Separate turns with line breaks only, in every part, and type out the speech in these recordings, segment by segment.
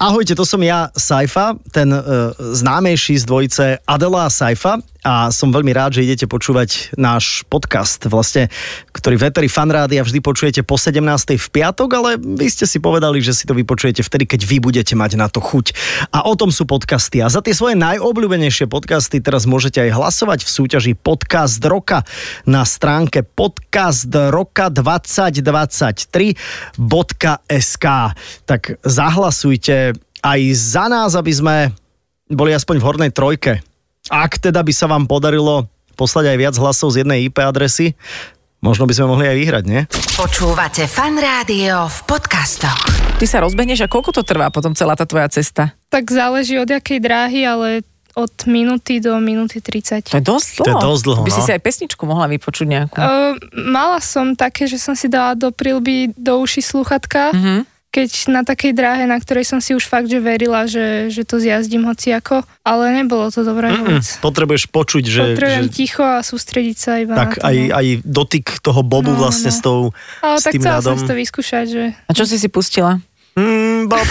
Ahojte, to som ja, Saifa, ten e, známejší z dvojice Adela a Saifa a som veľmi rád, že idete počúvať náš podcast, vlastne, ktorý v Eteri Fanrádia vždy počujete po 17. v piatok, ale vy ste si povedali, že si to vypočujete vtedy, keď vy budete mať na to chuť. A o tom sú podcasty. A za tie svoje najobľúbenejšie podcasty teraz môžete aj hlasovať v súťaži Podcast roka na stránke podcastroka2023.sk. Tak zahlasujte aj za nás, aby sme boli aspoň v hornej trojke. Ak teda by sa vám podarilo poslať aj viac hlasov z jednej IP adresy, možno by sme mohli aj vyhrať, nie?
Počúvate fan rádio v podcastoch.
Ty sa rozbehneš a koľko to trvá potom celá tá tvoja cesta?
Tak záleží od jakej dráhy, ale od minúty do minúty 30.
To je
To
dosť
je
dlho.
dosť dlho,
By si
no.
si aj pesničku mohla vypočuť nejakú.
Uh, mala som také, že som si dala do prilby do uši sluchatka,
Mhm.
keď na takej dráhe, na ktorej som si už fakt, že verila, že, že to zjazdím hociako, ale nebolo to dobré vôbec.
Potrebuješ počuť, že...
Potrebujem
že...
ticho a sústrediť sa iba
Tak
na to.
aj,
no.
aj dotyk toho bobu no,
No,
vlastne
no.
s tou...
Ale
s
tak
tým
chcela som
ľadom.
si to vyskúšať, že
A čo si si pustila?
Mm, bob,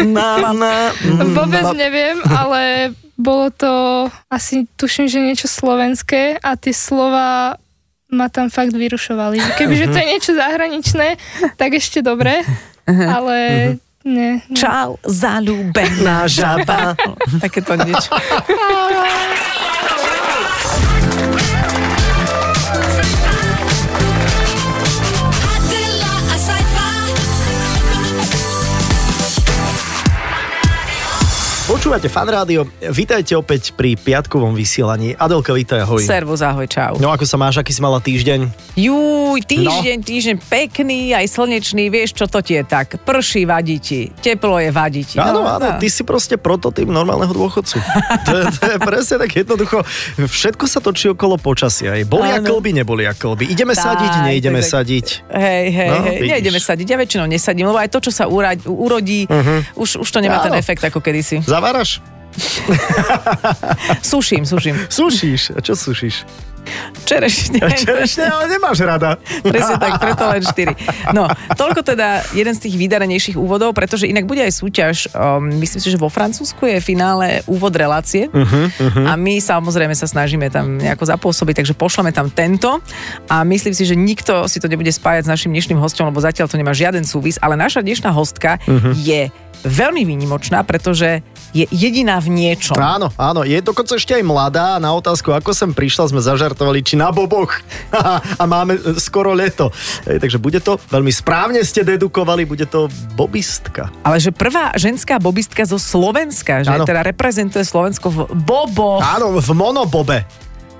na, na, mm,
vôbec
bob.
neviem, ale bolo to asi, tuším, že niečo slovenské a tie slova ma tam fakt vyrušovali. Kebyže to je niečo zahraničné, tak ešte dobre, ale ne. ne.
Čau, zalúbená žaba. Takéto niečo.
Adela, a Saifa.
Počúvate fan rádio, vítajte opäť pri piatkovom vysielaní. Adelka, vítaj, ahoj.
Servus, ahoj, čau.
No ako sa máš, aký si mala týždeň?
Júj, týždeň, týždeň pekný, aj slnečný, vieš čo to ti je tak. Prší vadí ti, teplo je vadí ti.
Áno,
No,
áno,
no.
ty si proste prototyp normálneho dôchodcu. to, je, to je presne tak jednoducho. Všetko sa točí okolo počasia. Je bolia
Áno.
klby, nebolia klby. Ideme
Tak,
sadiť, neideme
tak, tak.
sadiť.
Hej, hej,
No,
no, hej,
vidíš.
nejdeme sadiť, ja väčšinou nesadím, lebo aj to, čo sa ura- urodí, uh-huh. už, už to nemá ten
Mhm. Áno.
efekt ako kedysi.
Zaváraš?
Suším, suším.
Sušíš. A čo sušíš?
Čerešne.
Čerešne, ale nemáš rada.
Presne tak, preto len 4. No, toľko teda jeden z tých vydarenejších úvodov, pretože inak bude aj súťaž, um, myslím si, že vo Francúzsku je finále úvod relácie uh-huh, uh-huh. a my samozrejme sa snažíme tam nejako zapôsobiť, takže pošleme tam tento a myslím si, že nikto si to nebude spájať s našim dnešným hostom, lebo zatiaľ to nemá žiaden súvis, ale naša dnešná hostka uh-huh. je veľmi výnimočná, pretože je jediná v niečom.
Áno, áno, je dokonca ešte aj mladá. Na otázku, ako sem prišla, sme zažartovali, či na boboch. a máme e, skoro leto. Ej, takže bude to, veľmi správne ste dedukovali, bude to bobistka.
Ale že prvá ženská bobistka zo Slovenska, že
Áno.
teda reprezentuje Slovensko v bobo,
Áno, v monobobe.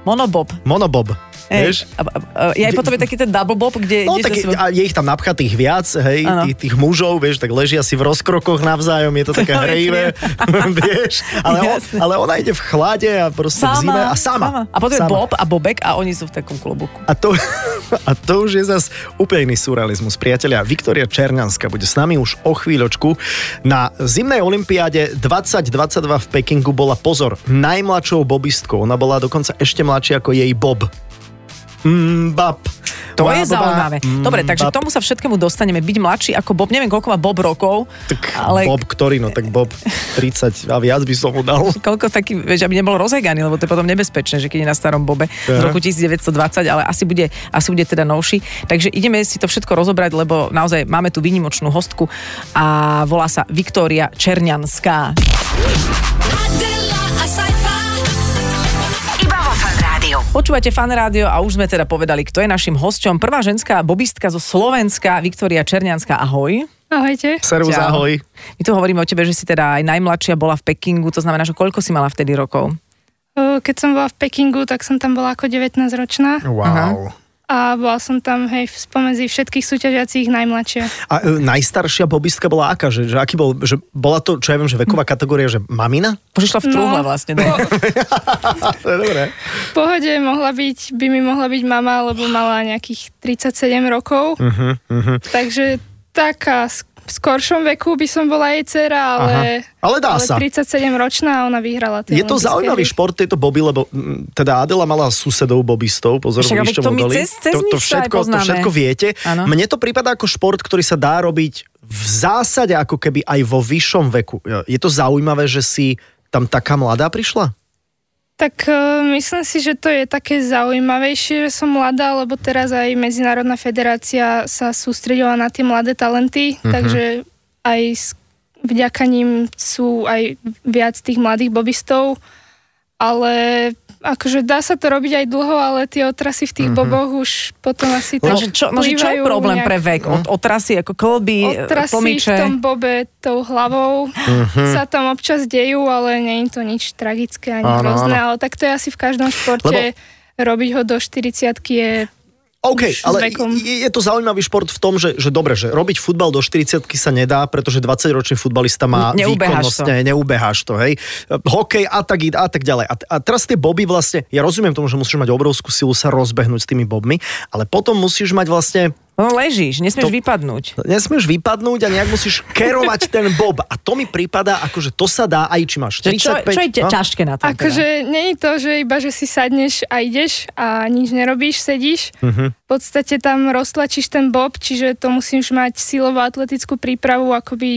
monobob.
Monobob. Vieš?
Hej, a, a, a, ja
Kde-
aj potom je taký ten double bob, kde
No
ideš
tak
za
je,
sebou-
a je ich tam napchatých viac, hej,
Áno.
tých, tých mužov, vieš, tak ležia si v rozkrokoch navzájom, je to také
To je
hrejivé, vieš, ale, on,
Jasné.
ale ona ide v chlade a proste v zime a sama.
A potom je
sama.
bob a bobek a oni sú v takom klobuku.
A to, a to už je zas úplný surrealizmus, priatelia. Viktoria Černianska bude s nami už o chvíľočku. Na zimnej olympiáde 2022 v Pekingu bola, pozor, najmladšou bobistkou. Ona bola dokonca ešte mladšia ako jej bob. Mm, bab.
To
Bá, bá,
je
bá.
zaujímavé.
Mm,
Dobre,
bab.
takže k tomu sa všetkému dostaneme. Byť mladší ako Bob, neviem koľko má Bob rokov,
Tak ale...
ale
Bob ktorý, no tak Bob 30 a viac by som mu dal.
koľko taký, vieš, aby nebol rozeganý, lebo to je potom nebezpečné, že keď je na starom Bobe z
Aha.
roku 1920, ale asi bude, asi bude teda novší. Takže ideme si to všetko rozobrať, lebo naozaj máme tu výnimočnú hostku a volá sa Viktória Černianská.
Adela, a Saifa.
Iba vo fan rádiu.
Počúvate fan rádio a už sme teda povedali, kto je našim hosťom. Prvá ženská bobistka zo Slovenska, Viktória Černianská, ahoj.
Ahojte.
Servus,
Čau.
ahoj.
My tu hovoríme o tebe, že si teda aj najmladšia bola v Pekingu, to znamená, že koľko si mala vtedy rokov?
O, Keď som bola v Pekingu, tak som tam bola ako 19-ročná
No. Wow.
a bola som tam, hej, spomedzi všetkých súťažiacich najmladšia.
A e, najstaršia bobistka bola aká? Že, že, aký bol, že bola to, čo ja viem, že veková kategória, že mamina?
Už išla v trúhle
No.
vlastne. No.
To je dobré.
V pohode mohla byť, by mi mohla byť mama, lebo mala nejakých 37 rokov,
Uh-huh, uh-huh.
takže taká sk- v skoršom veku by som bola jej dcera, ale...
Aha. Ale dá
ale
sa.
37 ročná a ona vyhrala tie
Je to
olympijské
zaujímavý
hry.
šport tejto boby, lebo mm, teda Adela mala susedov bobistov, pozor,
Však,
v
ale
Liščom
to my
Udolí.
cez- cez
to, to,
nich sa aj
všetko, to
poznáme.
všetko viete.
Áno.
Mne to prípada ako šport, ktorý sa dá robiť v v zásade ako keby aj vo vyššom veku. Je to zaujímavé, že si tam taká mladá prišla?
Tak eh, myslím si, že to je také zaujímavejšie, že som mladá, lebo teraz aj Medzinárodná federácia sa sústredila na tie mladé talenty, mm-hmm. takže aj s- vďaka ním sú aj viac tých mladých bobistov, ale akože dá sa to robiť aj dlho, ale tie otrasy v tých mm-hmm. boboch už potom asi
No,
tak
že čo, no, že čo je
vplývajú
problém
nejak-
pre vek? Od, otrasy ako klby, e,
Otrasy
tlmiče.
v tom bobe tou hlavou
Mhm.
sa tam občas dejú, ale nie je to nič tragické ani
Áno,
hrozné, ale tak to je asi v každom športe. Robiť ho do 40 je...
OK,
Už s
ale
vekom.
je, je to zaujímavý šort v tom, že, že dobre, že robiť futbal do 40 sa nedá, pretože 20-ročný futbalista má výkonnosť,
Neubeháš to.
ne, neubeháš to, hej. Hokej a tak, a tak ďalej. A, a teraz tie boby vlastne, ja rozumiem tomu, že musíš mať obrovskú silu sa rozbehnúť s tými bobmi, ale potom musíš mať vlastne,
No ležíš, nesmieš
To-
vypadnúť.
nesmieš vypadnúť a nejak musíš kerovať ten bob. A to mi prípada, akože to sa dá aj či máš
Že Čo,
35.
čo je te,
no?
ťažké na tom? teda?
Akože nie je to, že iba, že si sadneš a ideš a nič nerobíš, sedíš.
Mhm.
V podstate tam roztlačíš ten bob, čiže to musíš mať silovú atletickú prípravu, akoby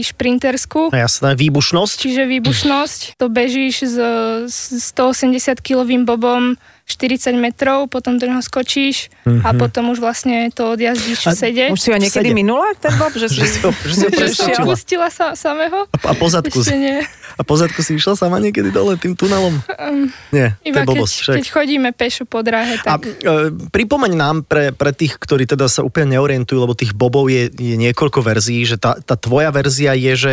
No
šprinterskú.
jasné, výbušnosť.
Čiže výbušnosť, to bežíš s, s 180-kilovým bobom 40 metrov, potom do neho skočíš
Mhm.
a potom už vlastne to odjazdíš v sede.
Už si ho niekedy
Sede.
minula, ten bob? Že si...
Že si ho, že si ho
Že si
preskočila.
opustila sa, samého?
A, a pozadku,
Ešte nie.
a pozadku si išla sama niekedy dole tým tunelom?
Ehm,
Nie, to
Iba
je blbosť.
keď,
však.
keď chodíme pešo po dráhe,
A
tak...
e, pripomeň nám pre, pre tých, ktorí teda sa úplne neorientujú, lebo tých bobov je, je niekoľko verzií, že tá, tá tvoja verzia je, že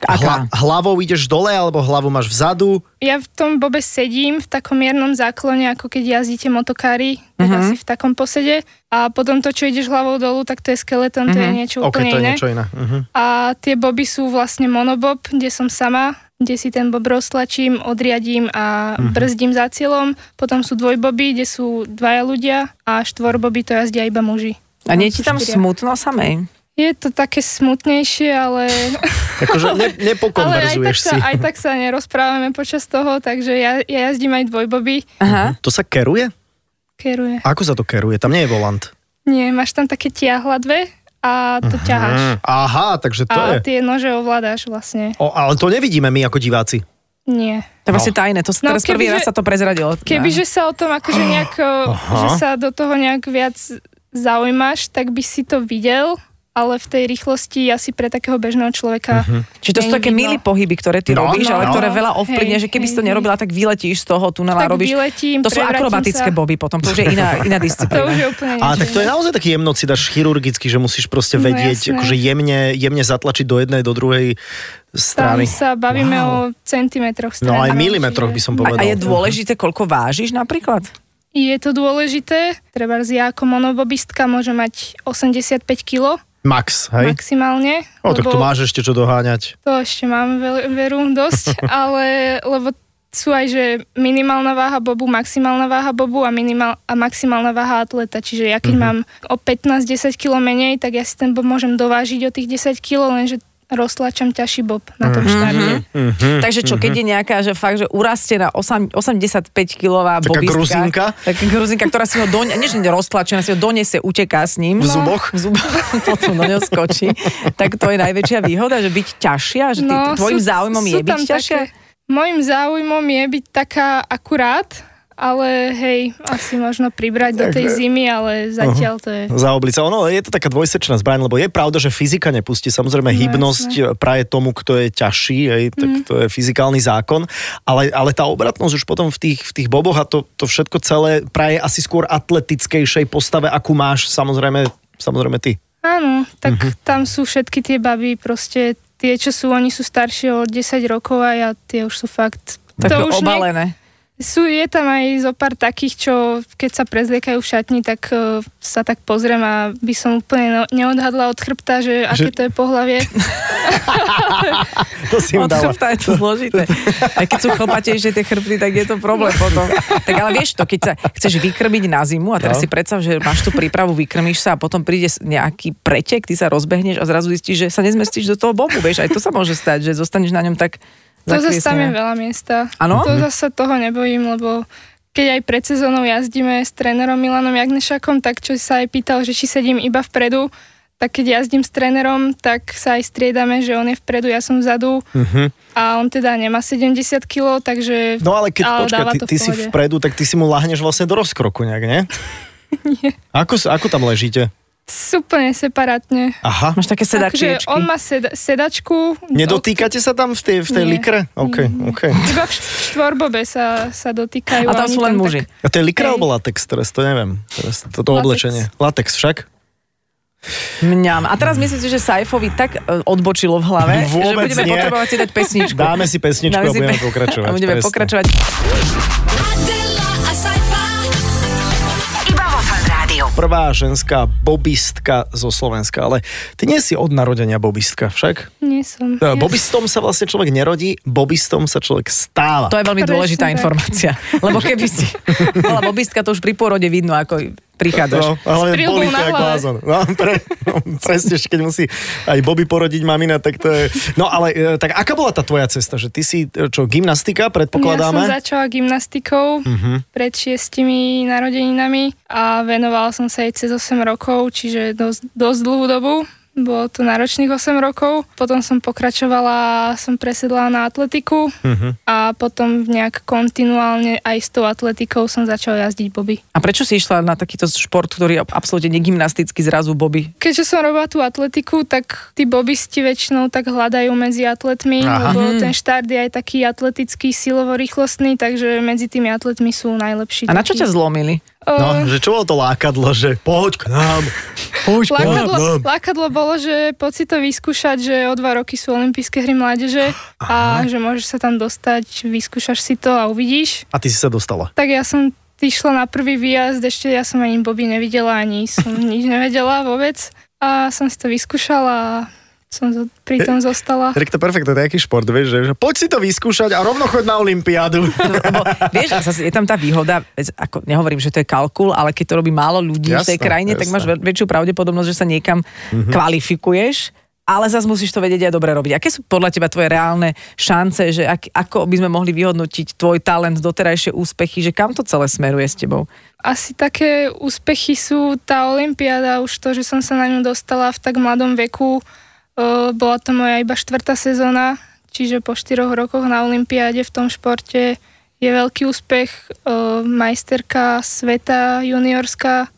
Aká?
hlavou ideš dole alebo hlavu máš vzadu.
Ja v tom bobe sedím v takom miernom záklone, ako keď jazdíte motokári,
Mhm.
teda si v takom posede. A potom to, čo ideš hlavou dolu, tak to je skeleton, to je niečo
Mhm. OK,
úplne
to je
iné.
niečo iné. Uh-huh.
A tie boby sú vlastne monobob, kde som sama, kde si ten bob roztlačím, odriadím a
Mhm.
brzdím za cieľom. Potom sú dvojboby, kde sú dvaja ľudia a štvorboby to jazdia iba muži.
A nie je ti tam
Štyria.
smutno samej?
Je to také smutnejšie, ale,
Akože ne,
ale aj, tak
nepokonverzuješ
sa,
si.
aj tak sa nerozprávame počas toho, takže ja, ja jazdím aj dvojboby.
Mhm.
Aha.
To sa keruje?
Keruje.
Ako sa to keruje? Tam nie je volant.
Nie, máš tam také tiahla dve a to ťaháš.
Mm. Aha, takže to je.
A tie nože ovládáš vlastne.
O, ale to nevidíme my ako diváci.
Nie.
To je vlastne tajné, to
No,
teraz prvý
kebyže-
raz sa to prezradilo.
Kebyže sa o tom akože nejak, že sa do toho nejak viac zaujímaš, tak by si to videl, ale v tej rýchlosti asi pre takého bežného človeka.
Mhm.
Čiže to sú také
Nevidno.
milé pohyby, ktoré ty
No,
robíš,
no,
ale
no.
ktoré veľa ovplyvne,
Hej,
že keby si to
hej,
nerobila, tak vyletíš z toho tunela,
Tak
robíš... to
vyletím,
sú
prevrátim
akrobatické
sa.
boby potom, to už je iná, iná
To už
disciplína.
je úplne
A
niečo
tak to je
iné.
naozaj taký jemnocid až chirurgický, že musíš proste
No,
vedieť,
jasné.
akože jemne, jemne zatlačiť do jednej, do druhej
Tam
strany.
sa bavíme
Wow.
o centimetroch
No aj
stranách,
milimetroch
čiže
by som
A,
povedal.
a je dôležité, koľko vážiš napríklad?
Je to dôležité. Treba ja ako monobobistka môže mať 85 kg
Max, hej?
maximálne.
O, tak
lebo
tu máš ešte čo doháňať.
To ešte mám veľ, veru dosť, ale lebo sú aj, že minimálna váha bobu, maximálna váha bobu a, minimál, a maximálna váha atleta. Čiže ja keď mám o 15-10 kg menej, tak ja si ten bob môžem dovážiť o tých 10 kg, lenže roztlačam ťažší bob na tom štarte.
Hm,
Takže čo,
mhm.
keď je nejaká, že fakt, že urastená 8, 85-kilová
Taká
bobistka.
Gruzinka?
Taká gruzinka, ktorá si ho doň, než roztlačená, si ho donese, uteká s ním. No,
V zuboch?
V zuboch, potom do ňo skočí. Tak to je najväčšia výhoda, že byť ťažšia, že
No,
ty, tvojim záujmom je byť ťažšia.
Mojím záujmom je byť taká akurát, ale hej, asi možno pribrať do tej zimy, ale zatiaľ to je...
Zaoblica. Ono je to taká dvojsečná zbraň, lebo je pravda, že fyzika nepustí.
No,
Samozrejme, hybnosť praje tomu, kto je ťažší, hej, tak
Mhm.
to je fyzikálny zákon. Ale, ale tá obratnosť už potom v tých, v tých boboch a to, to všetko celé praje asi skôr atletickejšej postave, akú máš, samozrejme, samozrejme ty.
Áno, tak tam sú všetky tie baby, proste tie, čo sú, oni sú staršie od 10 rokov a ja, tie už sú fakt...
Tak
to už nie,
obalené.
sú, je tam aj zo pár takých, čo keď sa prezliekajú v šatni, tak uh, sa tak pozriem a by som úplne ne- neodhadla od chrbta, že aké to je pohlavie.
To si im
Od
dala.
chrbta je to zložité. A keď sú chlpatejšie tie chrbty, tak je to problém potom. Tak ale vieš to, keď sa chceš vykrmiť na zimu a teraz
No.
si predstav, že máš tú prípravu, vykrmíš sa a potom príde s- nejaký pretek, ty sa rozbehneš a zrazu zistíš, že sa nezmestíš do toho bobu, vieš, aj to sa môže stať, že zostaneš na ňom tak
To zase tam je
zakviesená.
veľa miesta.
Áno?
To zase toho nebojím, lebo keď aj pred sezónou jazdíme s trénerom Milanom Jagnešakom, tak čo sa aj pýtal, že či sedím iba vpredu, tak keď jazdím s trénerom, tak sa aj striedame, že on je vpredu, ja som vzadu
Mhm.
uh-huh. a on teda nemá 70 kg, takže...
No ale keď, ale počkaj,
dáva
ty,
to v
ty si
pohode.
vpredu, tak ty si mu lahneš vlastne do rozkroku nejak, nie? Ako, s- ako tam ležíte?
Úplne separátne.
Aha.
Máš také sedačiečky.
Takže on má sed- sedačku.
Nedotýkate sa tam v tej, v tej
Nie.
likre? OK, OK.
Iba v š- štvorbobe sa, sa dotýkajú.
A tam
oni
sú len muži.
Tak,
A to je likra alebo latex teraz? To neviem. Teraz toto
Latex.
oblečenie. Latex však?
Mňam. A teraz myslím si, že Saifovi tak e, odbočilo v hlave, že
Vôbec
budeme
nie.
potrebovať si dať pesničku.
Dáme si pesničku
Dáme
a
si
budeme
pe-
pokračovať.
A budeme
presne.
pokračovať.
Adela, a sci-fi.
Iba vo Fan Rádiu.
Prvá ženská bobistka zo Slovenska, ale ty nie si od narodenia bobistka však?
nie
E,
som. Ja-
Bobistom sa vlastne človek nerodí, bobistom sa človek stáva.
To je veľmi
Presne
dôležitá
tak.
informácia. Lebo keby si bola bobistka, to už pri pôrode vidno, ako prichádzaš.
No, ale
S prílbou
boli to
na
jak
hlave.
blázon. No, pre, no, presne, že keď musí aj Bobby porodiť mamina, tak to je... No ale e, tak aká bola tá tvoja cesta? Že ty si, e, čo, gymnastika
Ja som
predpokladáme?
začala gymnastikou uh-huh. pred šiestimi narodeninami a venovala som sa jej cez 8 rokov, čiže dosť, dosť dlhú dobu. Bolo to náročných 8 rokov. Potom som pokračovala, som presedla na atletiku uh-huh. a potom nejak kontinuálne aj s tou atletikou som začala jazdiť boby.
A prečo si išla na takýto šport, ktorý je absolútne negymnastický zrazu boby?
Keďže som robila tú atletiku, tak tí bobisti väčšinou tak hľadajú medzi atletmi,
Aha.
Aha. lebo
Mhm.
ten štart je aj taký atletický, silovo-rýchlostný, takže medzi tými atletmi sú najlepší.
A na čo
takí. Ehm,
ťa zlomili?
No, že čo bolo to lákadlo, že poď k nám, poď k
Lákadlo,
nám.
lákadlo bolo, že poď si to vyskúšať, že o dva roky sú olympijské hry mládeže a že môžeš sa tam dostať, vyskúšaš si to a uvidíš.
A ty si sa dostala.
Tak ja som išla na prvý výjazd, ešte ja som ani Bobby nevidela, ani som nič nevedela vôbec a som si to vyskúšala a som zo, pri tom zostala.
Rick, to je perfektné, to je aký šport, vieš, že, že poď si to vyskúšať a rovno chod na Olympiádu.
Lebo, vieš, a zase je tam tá výhoda, veď ako, nehovorím, že to je kalkul, ale keď to robí málo ľudí v
Jasné,
tej krajine,
jasné.
tak
Mhm.
máš väč- väčšiu pravdepodobnosť, že sa niekam kvalifikuješ, ale zase musíš to vedieť aj dobre robiť. Aké sú podľa teba tvoje reálne šance, že ak, ako by sme mohli vyhodnotiť tvoj talent, doterajšie úspechy, že kam to celé smeruje s tebou?
Asi také úspechy sú tá Olympiáda, už to, že som sa na ňu dostala v tak mladom veku. E, Bola to moja iba štvrtá sezóna, čiže po štyroch rokoch na Olympiáde v tom športe je veľký úspech. E, Majsterka sveta juniorská.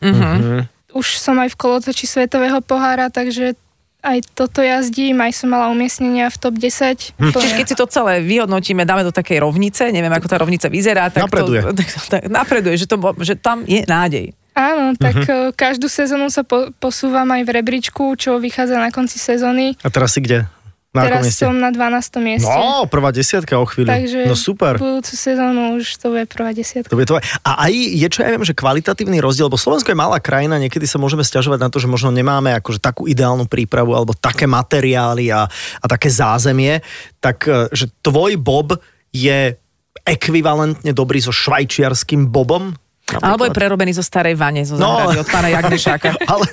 Už som aj v kolotoči svetového pohára, takže aj toto jazdím, aj som mala umiestnenia v top 10. To
Čiže
je-
keď si to celé vyhodnotíme, dáme do takej rovnice, neviem, ako tá rovnica vyzerá, tak
Napreduje.
To, tak, tak, napreduje, že, to, bo- že tam je nádej.
Áno, tak e, každú sezónu sa po, posúvam aj v rebríčku, čo vychádza na konci sezóny.
A teraz si kde? Na akom
Teraz
mieste?
som na 12. mieste.
No, prvá desiatka o chvíľu.
takže
no super.
budúcu sezónu už to bude prvá
To
desiatka.
bude tvoje. A aj je čo, ja viem, že kvalitatívny rozdiel, lebo Slovensko je malá krajina, niekedy sa môžeme stiažovať na to, že možno nemáme akože takú ideálnu prípravu alebo také materiály a, a také zázemie, tak e, že tvoj bob je ekvivalentne dobrý so švajčiarským bobom?
Alebo je
napríklad?
prerobený zo starej vane, zo
No.
záhrady od pána Jagnešáka.
Ale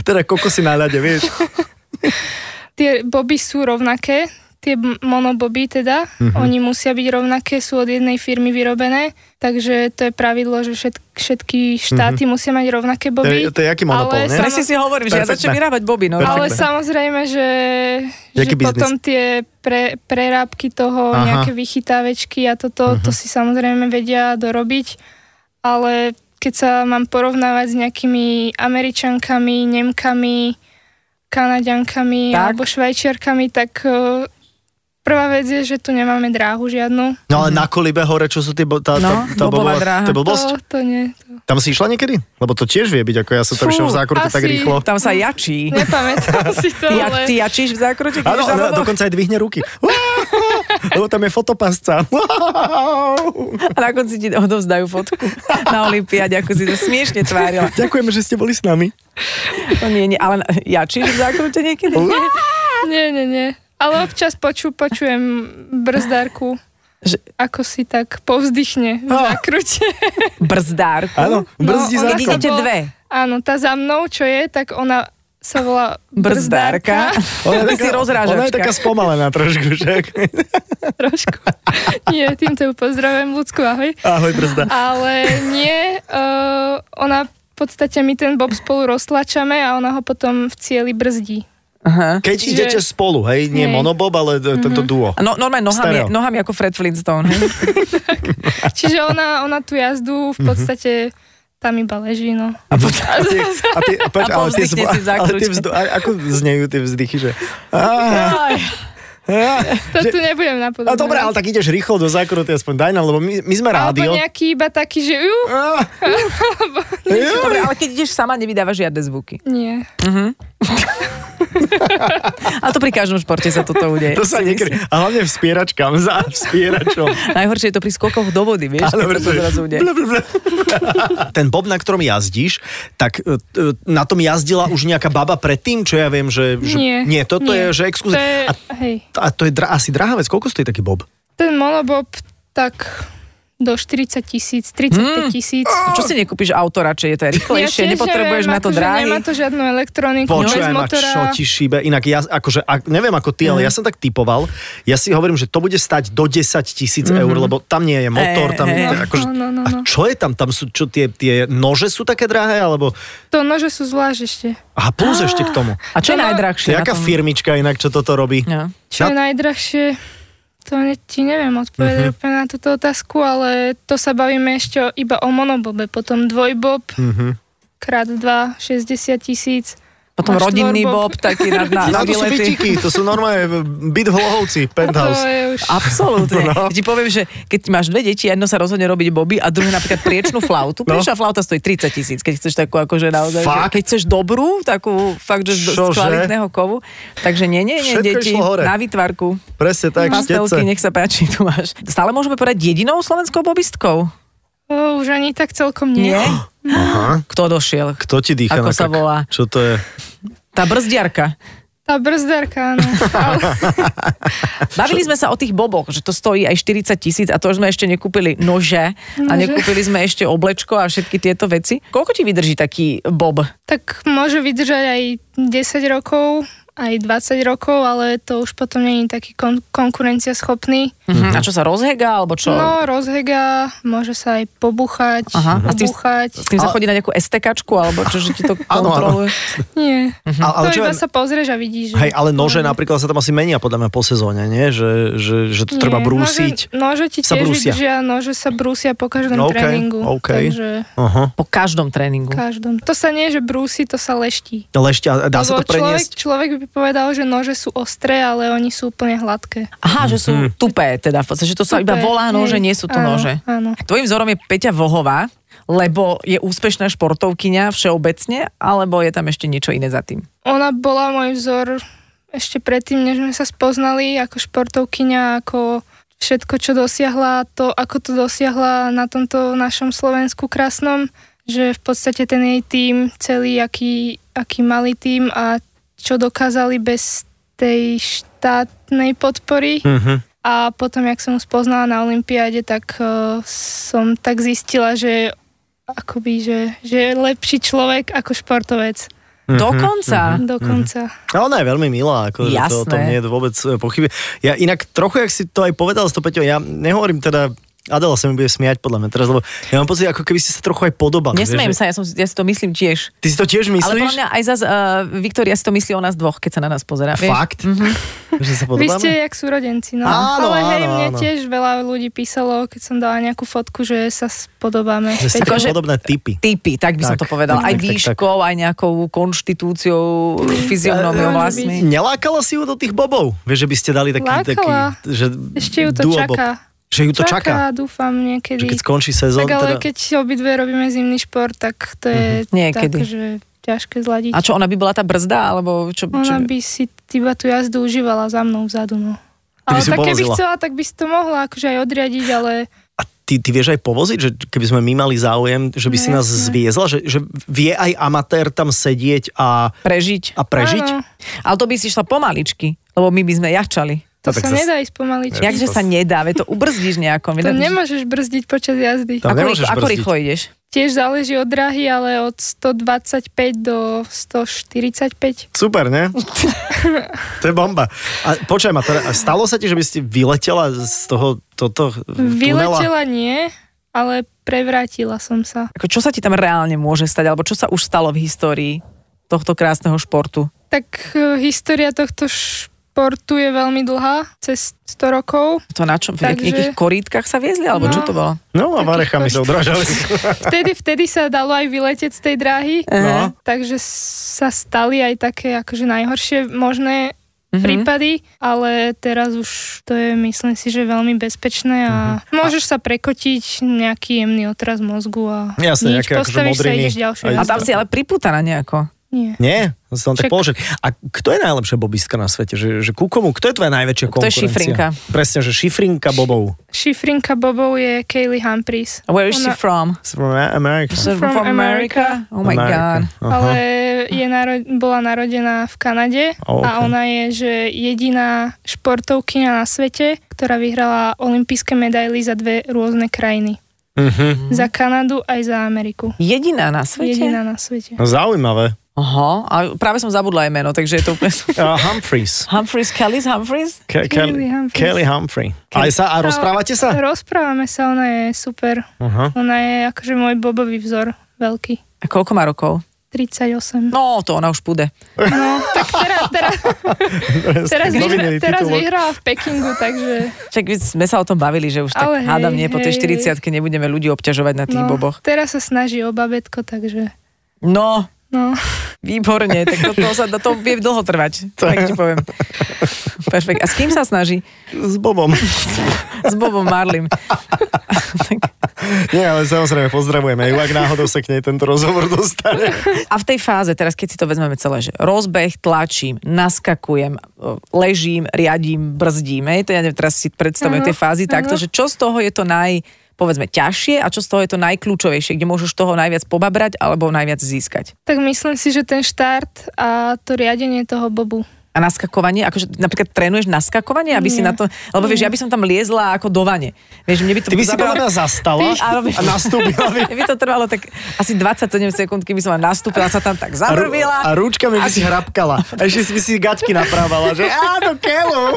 teda kokosy na ľade, vieš.
Tie boby sú rovnaké, tie m- monoboby teda,
Mhm.
oni musia byť rovnaké, sú od jednej firmy vyrobené, takže to je pravidlo, že všet, všetky štáty musia mať rovnaké
Mhm. To
boby.
je, to je jaký monopol,
ale
nie?
sa-
Presne si hovorím, že ja
no. Perfektné.
začnem vyrábať boby. No.
Ale
Perfektné.
samozrejme, že, že
Jaký biznis?
potom tie pre, prerábky toho,
Aha. Mhm.
Aha. nejaké vychytávečky a toto, to si samozrejme vedia dorobiť, ale keď sa mám porovnávať s nejakými Američankami, Nemkami, Kanaďankami
Tak.
alebo Švajčiarkami, tak eh, prvá vec je, že tu nemáme dráhu žiadnu.
No ale na kolibe hore, čo sú tie... Bo- tá, tá,
No,
tá
bobová
bobová-
dráha.
To je blbosť?
To, to nie, to
Tam si išla niekedy? Lebo to tiež vie byť, ako ja som tam
Fú,
išiel v zákruku tak
asi.
rýchlo.
Tam sa jačí.
nepamätám si to,
Ja,
ale...
ty jačíš v zákrote? keď
Áno,
ideš za
ona
bobou?
dokonca aj dvihne ruky. Lebo tam je fotopasca.
A na konci ti odovzdajú fotku na Olympiáde, ako si to smiešne tvárila.
Ďakujeme, že ste boli s nami.
No nie, nie, ale jačíš v zákrute niekedy?
Uh.
Nie.
Nie, nie, nie. Ale občas poču, počujem brzdárku.
Že-
Že... Ako si tak povzdychne v zákrute.
Brzdárku.
Áno, brzdí
No,
no,
Keď
ona sa
zákon.
idete
bol-
dve.
Áno, tá za mnou, čo je, tak ona sa volá
Brzdárka.
brzdárka.
Ona je,
Ty si rozrážačka.
ona je taká spomalená trošku, že?
Trošku. Nie, týmto ju pozdravujem, Lucku, ahoj.
Ahoj, brzda.
Ale nie, uh, ona podstate my ten bob spolu roztlačame a ona ho potom v cieli brzdí.
Aha.
Keď
Čiže-
idete spolu, hej, nie
Hej.
monobob, ale d- tento duo.
A No, normálne
Stereo.
nohami, nohami ako Fred Flintstone. hej?
Čiže ona, ona tú
Mhm.
jazdu v podstate tam iba leží, no.
A, potom, a, tie, a, tie, poď,
A
ale tie,
povzdychne
zvo-
si v
ale tie
zákručke.
vzdu, a, ako znejú tie vzdychy, že... A,
Aj.
a,
To
že
tu nebudem
a
napodobňovať.
No dobre, ale tak ideš rýchlo do zákruty, aspoň daj nám, lebo my, my sme
Alebo
rádio.
nejaký iba taký, že ju,
Á,
Dobre, ale keď ideš sama, nevydávaš žiadne zvuky.
nie.
A to pri každom športe sa toto udeje.
To sa
Si
niekedy,
myslím.
a hlavne vspieračkám, za vspieračom.
Najhoršie je to pri skokoch do vody, vieš?
Áno,
keď sa to
pretože-
zrazu udeje.
Bla, bla, bla. Ten bob, na ktorom jazdíš, tak e, e, na tom jazdila už nejaká baba predtým, čo ja viem, že... že
nie.
nie, toto
nie.
je, že exkluzí.
To je,
A,
hej,
a to je dra, asi drahá vec. Koľko stojí taký bob?
ten monobob tak do 40 tisíc, 35 tisíc.
Čo si nekúpiš auto radšej? Je to je rýchlejšie,
tiež
nepotrebuješ
neviem,
na to
akože
dráhy.
Nemá to žiadnu elektroniku, bez
Počujem, ma,
motora.
čo ti šíbe. Inak ja, akože, ak, neviem ako ty, ale ja som tak typoval. Ja si hovorím, že to bude stať do 10 tisíc eur, lebo tam nie je motor.
Hej,
Tam,
hej.
tak akože,
No, no, no,
a
no.
čo je tam? Tam sú čo, tie, tie nože sú také drahé? Alebo,
To nože sú zvlášť ešte.
a plus ešte k tomu.
A čo je
To
To
má-
najdrahšie?
je
na
aká
tom?
firmička inak, čo toto robí?
No.
Čo je najdrahšie, to ne, ti neviem odpovedať úplne na túto otázku, ale to sa bavíme ešte o- iba o monobobe. Potom dvojbob, krát 2, 60 tisíc.
Potom
Máš
rodinný bob,
tvorbob.
taký na, na,
No
na
to sú
výlety.
bytiky, to sú normálne eh, byt v Hlohovci,
To
penthouse.
je už...
Absolútne.
No.
Ja ti poviem, že keď máš dve deti, jedno sa rozhodne robiť boby a druhé napríklad priečnú flautu. Priečná flauta stojí 30 tisíc, keď chceš takú akože
No.
naozaj. že-
Fakt?
Keď chceš dobrú, takú fakt, že z- z
Čože?
kvalitného kovu. Takže nie, nie, nie,
Všetko
deti,
išlo hore.
na výtvarku.
Presne tak,
Pastelky,
štece.
nech sa páči, tu máš. Stále môžeme povedať jedinou slovenskou bobistkou.
O, už ani tak celkom nie.
Nie?
Aha.
Kto došiel?
Kto ti dýcha?
Ako
na
sa
krk?
volá?
Čo to je?
Tá brzdiarka.
Tá brzdarka, áno. Ale
Bavili sme sa o tých boboch, že to stojí aj 40 tisíc a to že sme ešte nekúpili nože a
Nože.
nekúpili sme ešte oblečko a všetky tieto veci. Koľko ti vydrží taký bob?
tak môže vydržať aj 10 rokov, aj 20 rokov, ale to už potom nie je taký kon- konkurenciaschopný.
Mhm. A čo sa rozhega, alebo čo?
No, rozhega, môže sa aj pobuchať,
Aha. A s tým-
obuchať.
S tým sa chodí na nejakú STKčku, alebo čo, že ti to
Áno, áno.
kontroluje?
Nie.
A- Mhm. ale
to
čo
iba
je-
sa pozrieš a vidíš. že-
Hej, ale nože napríklad sa tam asi menia podľa mňa po sezóne, nie? Že, že, že to
Nie, no,
treba brúsiť.
Nože, nože ti
Sa
tiež
brúsia.
vydržia, nože sa brúsia po každom
No, okej,
tréningu.
okej.
Takže
Aha.
Po každom tréningu.
každom. To sa nie, že brúsi, to sa leští.
Lešťa, dá sa
Lebo
to preniesť?
Človek, človek by povedal, že nože sú ostré, ale oni sú úplne hladké.
Aha, že sú tupé, teda, v podstate, že to sa iba
Super,
volá
hej.
nože, nie sú to
áno,
nože.
Áno.
Tvojim vzorom je Peťa Vohová, lebo je úspešná športovkyňa všeobecne, alebo je tam ešte niečo iné za tým?
Ona bola môj vzor ešte predtým, než sme sa spoznali ako športovkyňa, ako všetko, čo dosiahla, to, ako to dosiahla na tomto našom Slovensku krásnom, že v podstate ten jej tým, celý, aký, aký malý tým a čo dokázali bez tej štátnej podpory.
Mhm.
A potom, jak som ju spoznala na Olympiáde, tak eh, som tak zistila, že akoby, že, že je lepší človek ako športovec. mhm.
Dokonca.
Dokonca.
A ona je veľmi milá, ako že to o tom
Jasné.
nie je vôbec e, pochyby. Ja inak trochu, jak si to aj povedal s to Peťou, ja nehovorím teda, Adela sa mi bude smiať podľa mňa teraz, lebo ja mám pocit, ako keby ste sa trochu aj podobali. vieš,
Nesmiem
že-
sa, ja, som, ja si to myslím tiež.
Ty si to tiež myslíš?
Ale podľa mňa aj zase uh, Viktória si to myslí o nás dvoch, keď sa na nás pozerá. vieš? mhm.
Fakt? Že sa
Vy
podobáme?
ste jak súrodenci, no.
Áno,
Ale hej,
áno,
mne
áno.
tiež veľa ľudí písalo, keď som dala nejakú fotku, že sa podobáme.
Že ste
Peťo,
také
Akože-
podobné typy.
Typy, tak by som
Tak,
to povedal.
tak,
Aj
tak, tak,
výškou, aj nejakou konštitúciou, vlastne. fyziognomiou,
Môže
vlastmi.
Nelákala si ju do tých bobov? Vieš, že by ste dali taký...
Lákala.
taký že
Ešte ju to
duobob.
čaká.
Že ju to čaká.
dúfam, niekedy.
Že keď skončí
tak
sezón,
ale
teda... Mhm.
keď obidve robíme zimný šport, tak to je tak,
Niekedy.
že ťažké zladiť.
A čo, ona by bola tá brzda? Alebo čo, čo?
Ona by si iba tú jazdu užívala za mnou vzadu, no.
Ty by
Ale
si
tak keby
povozila.
chcela, tak by si to mohla akože aj odriadiť, ale
A ty, ty vieš aj povoziť, že keby sme my mali záujem, že by
No
si nás
jasné.
zviezla? Že, že vie aj amatér tam sedieť a,
Prežiť.
a prežiť?
áno,
Ale to by si išla pomaličky, lebo my by sme jačali.
No
to
tak
sa
zas-
nedá ísť pomaličky.
Jakže sa nedá, veď to ubrzdíš nejako.
To
veď-
nemôžeš brzdiť počas jazdy.
Tam
ako,
nemôžeš
rýchlo, ako
brzdiť.
rýchlo ideš?
Tiež záleží od dráhy, ale od 125 do 145.
Super, ne? to je bomba. A počkaj ma, teda, a stalo sa ti, že by ste vyletela z toho toto Mm, tunela?
Vyletela nie, ale prevrátila som sa.
Ako čo sa ti tam reálne môže stať, alebo čo sa už stalo v histórii tohto krásneho športu?
Tak e, história tohto športu je veľmi dlhá, cez 100 rokov.
To na čom? V
Takže-
nejakých korítkach sa viezli, alebo čo to bolo?
No a varechami sa odrážali.
Vtedy, vtedy sa dalo aj vyletieť z tej dráhy,
No.
takže sa stali aj také akože najhoršie možné
Mhm.
prípady, ale teraz už to je, myslím si, že veľmi bezpečné a
Mhm.
môžeš sa prekotiť nejaký jemný otraz mozgu a
Jasné,
nič,
nejaké akože
postavíš sa,
modriny
ideš ďalšie.
a
A
A
tam si ale priputaná nejako.
Nie.
Nie, som tak
Však-
položil. A kto je najlepšia bobistka na svete? Že, že ku komu? Kto je tvoja najväčšia
Kto je
konkurencia?
šifrinka?
Presne, že šifrinka bobov.
Šifrinka bobov je Kaylee Humphries,
Where is she
Ona-
from?
From America.
She's
From America.
Oh my god.
America. Aha.
ale je naro- bola narodená v Kanade
O,
a
ok.
ona je že jediná športovkyňa na svete, ktorá vyhrala olympijské medaily za dve rôzne krajiny.
Mhm.
Za Kanadu aj za Ameriku.
Jediná na svete?
Jediná na svete.
No, Zaujímavé.
Aha, a práve som zabudla aj meno, takže je to úplne...
Uh, Humphreys.
Humphreys, Kellys Humphreys?
Ke-
Kelly
Kelly-
Humphreys.
Kelly Humphrey. A, sa, a rozprávate sa?
Rozprávame sa, ona je super.
Aha.
Ona je akože môj bobový vzor veľký.
A koľko má rokov?
38.
No, to ona už pude.
No, tak teraz, teraz, teraz, vyhra,
Novinový
teraz
titulok.
vyhrala v Pekingu, takže
Čak my sme sa o tom bavili, že už tak
Ale hej,
hádam, nie, po tej
hej,
40 nebudeme ľudí obťažovať na tých
no,
boboch.
teraz sa snaží o babetko, takže
No,
no.
výborne, tak to, to, sa, to vie dlho trvať, tak ti poviem. Perfekt. A s kým sa snaží?
S Bobom.
S Bobom Marlim. tak.
Nie, ale samozrejme pozdravujeme ju, ak náhodou sa k nej tento rozhovor dostane.
A v tej fáze, teraz keď si to vezmeme celé, že rozbeh, tlačím, naskakujem, e, ležím, riadím, brzdím, hej, to ja neviem, teraz si predstavujem
Áno,
tie fázy
áno.
takto, že čo z toho je to naj, povedzme, ťažšie a čo z toho je to najkľúčovejšie, kde môžeš toho najviac pobabrať alebo najviac získať.
Tak myslím si, že ten štart a to riadenie toho bobu.
A naskakovanie, akože napríklad trénuješ naskakovanie, aby si
Nie.
na to, lebo vieš, ja by som tam liezla ako do vane. Vieš, mne by to
Ty by si
zabralo-
podľa mňa zastala
Ty- áno, by-
a nastúpila by.
Mne by to trvalo tak asi 27 sekúnd, keby som len nastúpila, sa tam
A,
tak
ru-
zabrvila.
a rúčkami by si hrabkala. A ešte si by si gaťky naprávala, že á, no, to keľou.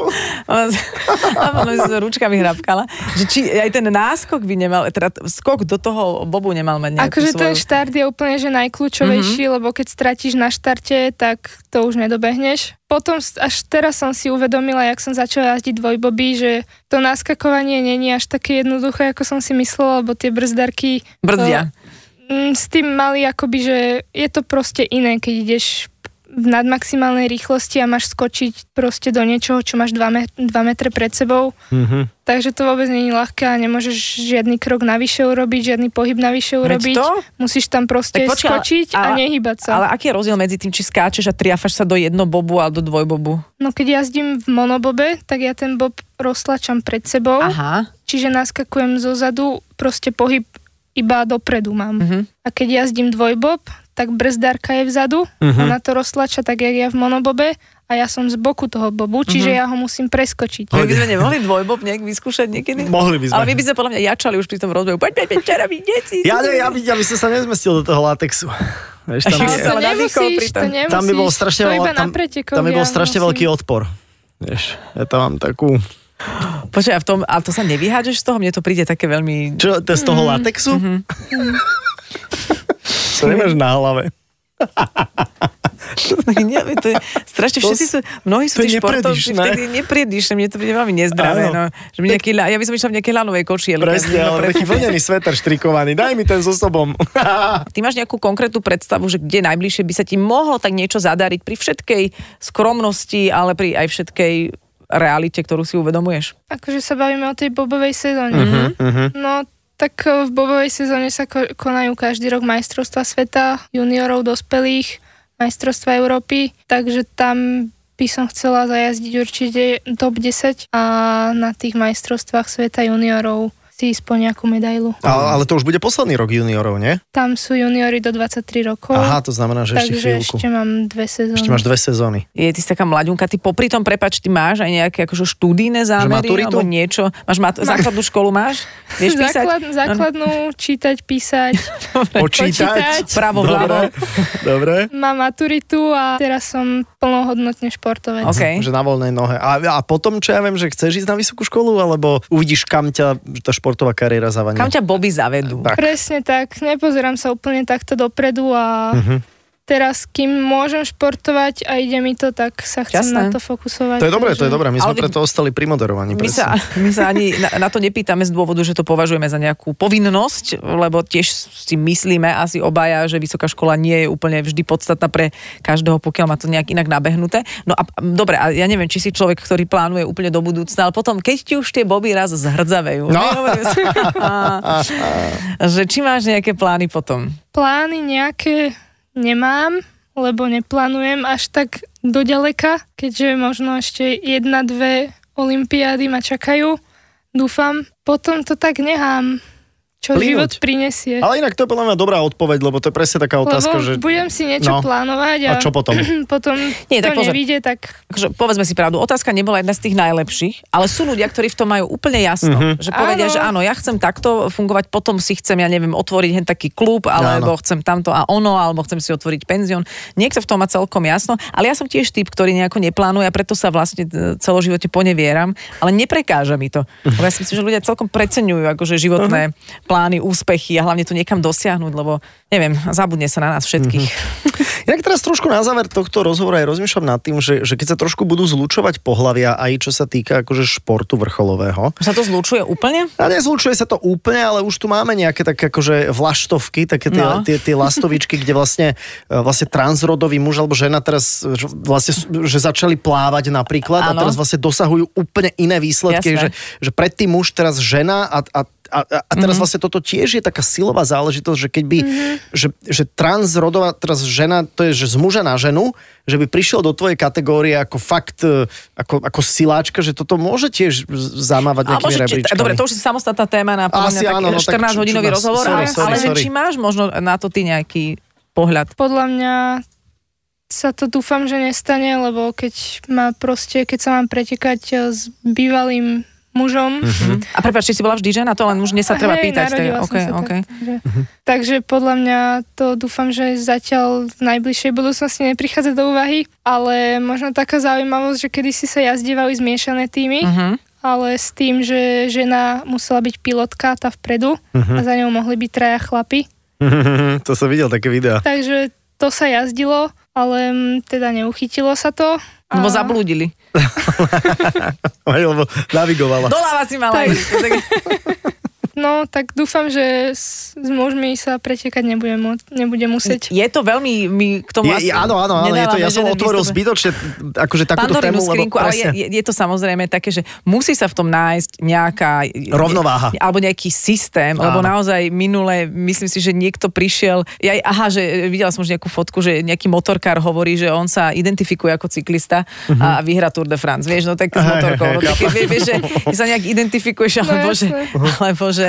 Áno, som sa ručkami hrabkala. Že či aj ten náskok by nemal, teda skok do toho bobu nemal mať nejakú
Akože
svoju...
ten
Mhm.
štart je úplne že najkľúčovejší, mm-hmm. lebo keď stratíš na štarte, tak to už nedobehneš. Potom s- až teraz som si uvedomila, jak som začala jazdiť dvojboby, že to naskakovanie není až také jednoduché, ako som si myslela, lebo tie brzdarky...
Brzdia.
To, Mm, s tým mali akoby, že je to proste iné, keď ideš v nadmaximálnej rýchlosti a máš skočiť proste do niečoho, čo máš 2, met- 2 metre pred sebou.
Mhm.
Takže to vôbec není ľahké a nemôžeš žiadny krok navyše urobiť, žiadny pohyb navyše urobiť.
to?
Musíš tam proste
počkaj, ale-
skočiť a
ale-
nehybať sa.
Ale aký je rozdiel medzi tým, či skáčeš a triafaš sa do jednobobu a do dvojbobu?
No keď jazdím v monobobe, tak ja ten bob roztlačam pred sebou,
Aha.
čiže naskakujem zo zadu, proste pohyb iba dopredu mám.
Mhm.
Uh-huh. A keď jazdím dvojbob, tak brzdárka je vzadu,
Mhm.
uh-huh. ona to roztlača tak, jak ja v monobobe a ja som z boku toho bobu,
Mhm.
čiže uh-huh. ja ho musím preskočiť.
My by sme nemohli dvojbob nejak vyskúšať niekedy?
Mohli by sme.
Ale my by sme podľa mňa jačali už pri tom rozbehu. Poď, poď, poď, čo robí, deti?
Ja, ne, ja, by, ja by som sa nezmestil do toho latexu. Vieš, tam,
Ale
je,
sa-
to
ale na dýchov
nemusíš,
pritom.
to nemusíš.
tam by bol strašne,
to
veľa-
iba
tam,
na pretekoch
tam by bol
ja
strašne
musím.
veľký odpor. Vieš, ja tam mám takú...
Počkaj, a, v tom, a to sa nevyhádžeš z toho? Mne to príde také veľmi...
Čo, to je z
Mm.
toho latexu?
Mhm.
to nemáš na hlave.
Nie, to je, strašne
To
všetci
s-
sú, mnohí sú
to je
tí športovci,
nepredišné.
vtedy nepredišné, mne to príde veľmi nezdravé.
Áno.
No, že mi nejaký, lá- ja by som išla v nejakej lanovej košielke.
Presne,
No,
ale
pre-
taký vlnený sveter štrikovaný. Daj mi ten so sobom.
Ty máš nejakú konkrétnu predstavu, že kde najbližšie by sa ti mohlo tak niečo zadariť pri všetkej skromnosti, ale pri aj všetkej realite, ktorú si uvedomuješ.
Akože sa bavíme o tej bobovej sezóne.
Mhm.
No tak e, v bobovej sezóne sa ko- konajú každý rok majstrovstva sveta juniorov, dospelých, majstrovstva Európy, takže tam by som chcela zajazdiť určite top 10 a na tých majstrovstvách sveta juniorov si ísť po nejakú medailu.
ale, ale to už bude posledný rok juniorov, nie?
Tam sú juniori do 23
No.
rokov,
Aha, to znamená, že ešte
takže
chvíľku.
ešte mám dve sezóny.
Ešte máš dve sezóny.
Je, ty si taká mladňunka, ty popri tom, prepač, ty máš aj nejaké akože študijné zámery
maturitu?
alebo niečo. Máš mat- základnú školu máš? Vieš písať? No,
Základ, základnú, čítať, písať,
Počítať.
počítať.
Pravo,
Dobre,
vľavo.
dobre.
Mám maturitu a teraz som plnohodnotne športovec.
OK.
Že na voľnej nohe. A, a potom, čo ja viem, že chceš ísť na vysokú školu, alebo uvidíš, kam ťa tá športová kariéra za vami.
Kam ťa Bobby zavedú?
Tak.
Presne tak, nepozerám sa úplne takto dopredu a
Mhm.
teraz, kým môžem športovať a ide mi to, tak sa chcem
Jasné.
na to fokusovať.
To je dobré, to je
takže-
dobré. My
Ale
sme
vy-
preto ostali pri moderovaní.
My sa,
presne.
my sa ani na, na to nepýtame z dôvodu, že to považujeme za nejakú povinnosť, lebo tiež si myslíme asi obaja, že vysoká škola nie je úplne vždy podstatná pre každého, pokiaľ má to nejak inak nabehnuté. No a m, dobre, a ja neviem, či si človek, ktorý plánuje úplne do budúcna, ale potom, keď ti už tie boby raz zhrdzavejú,
No.
hovorím si, a, že či máš nejaké plány potom?
Plány nejaké nemám, lebo neplánujem až tak doďaleka, keďže možno ešte jedna, dve olympiády ma čakajú. Dúfam. Potom to tak nehám, čo
Plynúť.
život prinesie.
Ale inak to je podľa mňa dobrá odpoveď, lebo to je presne taká otázka,
lebo
že...
budem si niečo
No.
plánovať a,
A čo potom?
potom
Nie,
Nie,
tak
to
pozor.
nevíde, tak
Akože, povedzme si pravdu, otázka nebola jedna z tých najlepších, ale sú ľudia, ktorí v tom majú úplne jasno. Mm-hmm. Že povedia,
Áno.
že áno, ja chcem takto fungovať, potom si chcem, ja neviem, otvoriť hen taký klub, alebo chcem tamto a ono, alebo chcem si otvoriť penzión. Niekto v tom má celkom jasno, ale ja som tiež typ, ktorý nejako neplánuje a preto sa vlastne e, celoživote ponevieram, ale neprekáža mi to. Lebo ja si myslím, že ľudia celkom preceňujú akože životné uh-huh. plány, úspechy a hlavne to niekam dosiahnuť, lebo neviem, zabudne sa na nás všetkých.
Inak teraz trošku na záver tohto rozhovoru aj rozmýšľam nad tým, že, že keď sa trošku budú zlučovať pohlavia aj čo sa týka akože športu vrcholového,
Sa to zlučuje úplne?
a nezlučuje sa to úplne, ale už tu máme nejaké také akože vlaštovky, také tie, no.
No.
tie, tie lastovičky, kde vlastne, e, vlastne transrodový muž alebo žena teraz e, že vlastne sú- že začali plávať napríklad a
Áno.
teraz vlastne dosahujú úplne iné výsledky, že,
Jasné. Mhm.
že predtým muž, teraz žena a, a a, a a teraz mm-hmm. vlastne toto tiež je taká silová záležitosť, že keď by, mm-hmm. že, že transrodová teraz žena, to je že z muža na ženu, že by prišiel do tvojej kategórie ako fakt, e, ako, ako siláčka, že toto môže tiež z- zamávať
Alebo
nejakými
že, či-
rebríčkami.
dobre, to už je samostatná téma na podľa
Asi
mňa,
áno, no tak
tak 14
čo- čo
hodinový
nás-
rozhovor,
sorry,
ale,
sorry,
ale že
sorry.
či máš možno na to ty nejaký pohľad?
podľa mňa sa to dúfam, že nestane, lebo keď ma proste, keď sa mám pretekať e, s bývalým mužom,
Mhm.
mm-hmm.
Hm? A prepáč, či si bola vždy žena, to len už dnes Mhm. sa treba pýtať. to je- Mhm. okay, okay.
Tak, takže, takže podľa mňa to dúfam, že zatiaľ v najbližšej budúcnosti neprichádza do úvahy, ale možno taká zaujímavosť, že kedysi sa jazdívali zmiešané týmy,
Mhm.
ale s tým, že žena musela byť pilotka, tá vpredu,
Mhm.
a za ňou mohli byť traja chlapy.
Hm, to som videl také videá.
Takže to sa jazdilo, ale mm, teda neuchytilo sa to. A-
Lebo zablúdili.
Lebo navigovala.
Doľava si mala.
Tak.
ísť. Tak-
No, tak dúfam, že s, s mužmi sa pretekať nebudem, mo- nebudem musieť.
Je to veľmi, my k tomu
Je, je, áno, áno, áno, je to, ja som otvoril
zbyt.
zbytočne akože takúto tému,
Pandorinu
lebo
skrinku, ale je,
presne.
je, je to samozrejme také, že musí sa v tom nájsť nejaká... e,
Rovnováha.
Alebo nejaký systém, Áno. lebo
Áno.
naozaj minule, myslím si, že niekto prišiel, ja, aha, že e, videla som už nejakú fotku, že nejaký motorkár hovorí, že on sa identifikuje ako cyklista a vyhra Tour de France, vieš, no tak s
Mhm. Hej,
motorkou,
hej,
no, tak, vieš, vieš, že sa nejak identifikuješ, alebo že,
jasné.
alebo že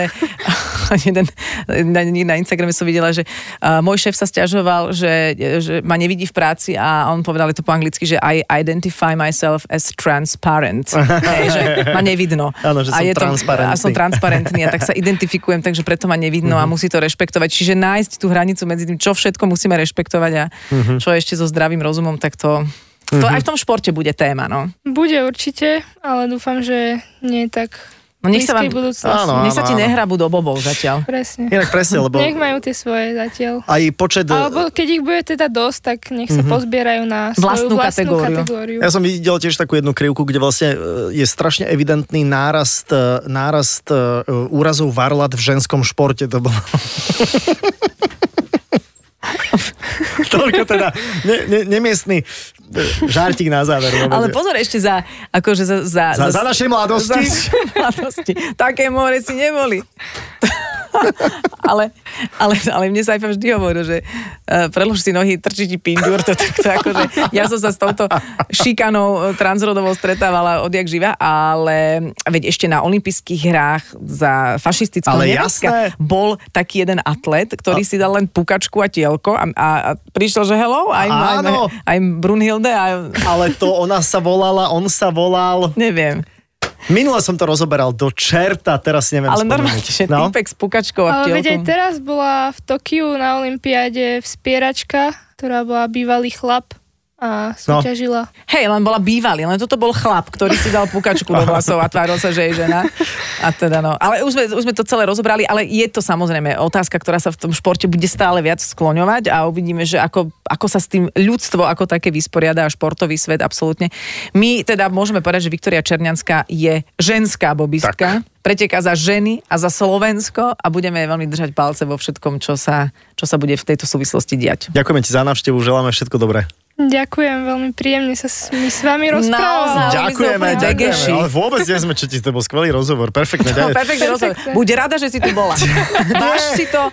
jeden, na, na Instagrame som videla, že uh, môj šéf sa stiažoval, že, že ma nevidí v práci a on povedal je to po anglicky, že I identify myself as transparent. Hej, že ma nevidno.
Áno, že som
je
transparentný. Mhm.
To, a som transparentný a tak sa identifikujem, takže preto ma nevidno a musí to rešpektovať. Čiže nájsť tú hranicu medzi tým, čo všetko musíme rešpektovať a
Mhm.
čo ešte so zdravým rozumom, tak to... To aj v tom športe bude téma, no.
Bude určite, ale dúfam, že nie tak
No
v
nech sa
blízkej
vám-
budúcnosti.
Áno,
Nech sa ti
áno.
nehrabu do bobov zatiaľ.
Presne.
Inak presne, lebo
Nech majú tie svoje zatiaľ.
aj počet...
Alebo keď ich bude teda dosť, tak nech sa pozbierajú na svoju
Mhm. Vlastnú
vlastnú, kategóriu.
kategóriu.
Ja som videl tiež takú jednu krivku, kde vlastne e, je strašne evidentný nárast, e, nárast e, úrazov varlat v ženskom športe. To bolo... Toľko teda ne, ne, nemiestný e, žartík na záver. vôbec.
Ale pozor ešte za, akože za, za,
za, za našej mladosti.
Za mladosti. Také more si neboli. ale, ale, ale mne sa aj vždy hovoril, že uh, predlž si nohy, trčí ti pindur, to, to, to, akože, ja som sa s touto šikanou e, transrodovou stretávala odjak živa, ale veď ešte na olympijských hrách za fašistického
Ale jasné.
Nemecka bol taký jeden atlet, ktorý si dal len pukačku a tielko a, a, a prišiel, že hello, I'm, I'm,
Áno.
I'm Brunhilde a
Ale to ona sa volala, on sa volal.
neviem.
Minule som to rozoberal do čerta, teraz neviem
Ale
spomenúť.
normálne, že no? týpek s pukačkou a
Ale veď aj
vtielkom.
teraz bola v Tokiu na Olympiáde vspieračka, ktorá bola bývalý chlap a a súťažila.
Hej, len bola bývalý, len toto bol chlap, ktorý si dal pukačku do vlasov a tváril sa, že je žena. A teda no. Ale už sme, už sme to celé rozobrali, ale je to samozrejme otázka, ktorá sa v tom športe bude stále viac skloňovať a uvidíme, že ako, ako sa s tým ľudstvo ako také vysporiada a športový svet absolútne. My teda môžeme povedať, že Viktoria Černianská je ženská bobistka. Preteká za ženy a za Slovensko a budeme jej veľmi držať palce vo všetkom, čo sa, čo sa bude v tejto súvislosti diať.
Ďakujeme ti za návštevu, želáme všetko dobré.
Ďakujem, veľmi príjemne sa s, mi s vami rozprávala.
Naozaj. Ale my sme úplne degeši.
Ale vôbec nie sme, čo ti to bol skvelý rozhovor. Perfektne.
No,
ďakujem.
perfektný rozhovor. Buď rada, že si tu bola. Máš si to.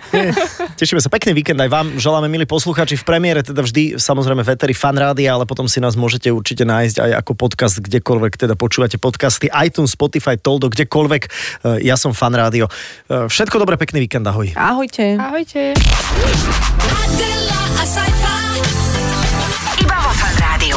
Tešíme sa. Pekný víkend aj vám. Želáme, milí poslucháči, v premiére teda vždy samozrejme Veteri fan rádia, ale potom si nás môžete určite nájsť aj ako podcast kdekoľvek, teda počúvate podcasty iTunes, Spotify, Toldo, kdekoľvek. E, Ja som fan rádio. E, Všetko dobré, pekný víkend, ahoj.
Ahojte.
Ahojte.
Adela, a sci-fi.
Iba vo Fan Rádiu.